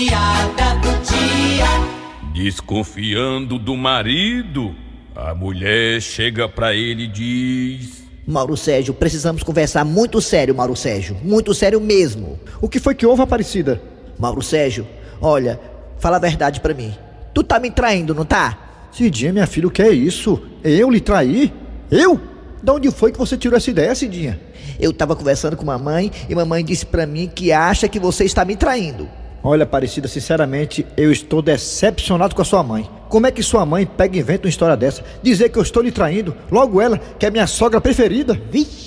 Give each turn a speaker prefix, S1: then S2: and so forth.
S1: piada do dia.
S2: Desconfiando do marido, a mulher chega pra ele e diz:
S3: Mauro Sérgio, precisamos conversar muito sério, Mauro Sérgio. Muito sério mesmo.
S4: O que foi que houve, Aparecida?
S3: Mauro Sérgio, olha, fala a verdade pra mim. Tu tá me traindo, não tá?
S4: Cidinha, minha filha, o que é isso? Eu lhe traí? Eu? Da onde foi que você tirou essa ideia, Cidinha?
S3: Eu tava conversando com mamãe e mamãe disse pra mim que acha que você está me traindo.
S4: Olha, Aparecida, sinceramente, eu estou decepcionado com a sua mãe. Como é que sua mãe pega e inventa uma história dessa? Dizer que eu estou lhe traindo, logo ela, que é minha sogra preferida.
S3: Vixe!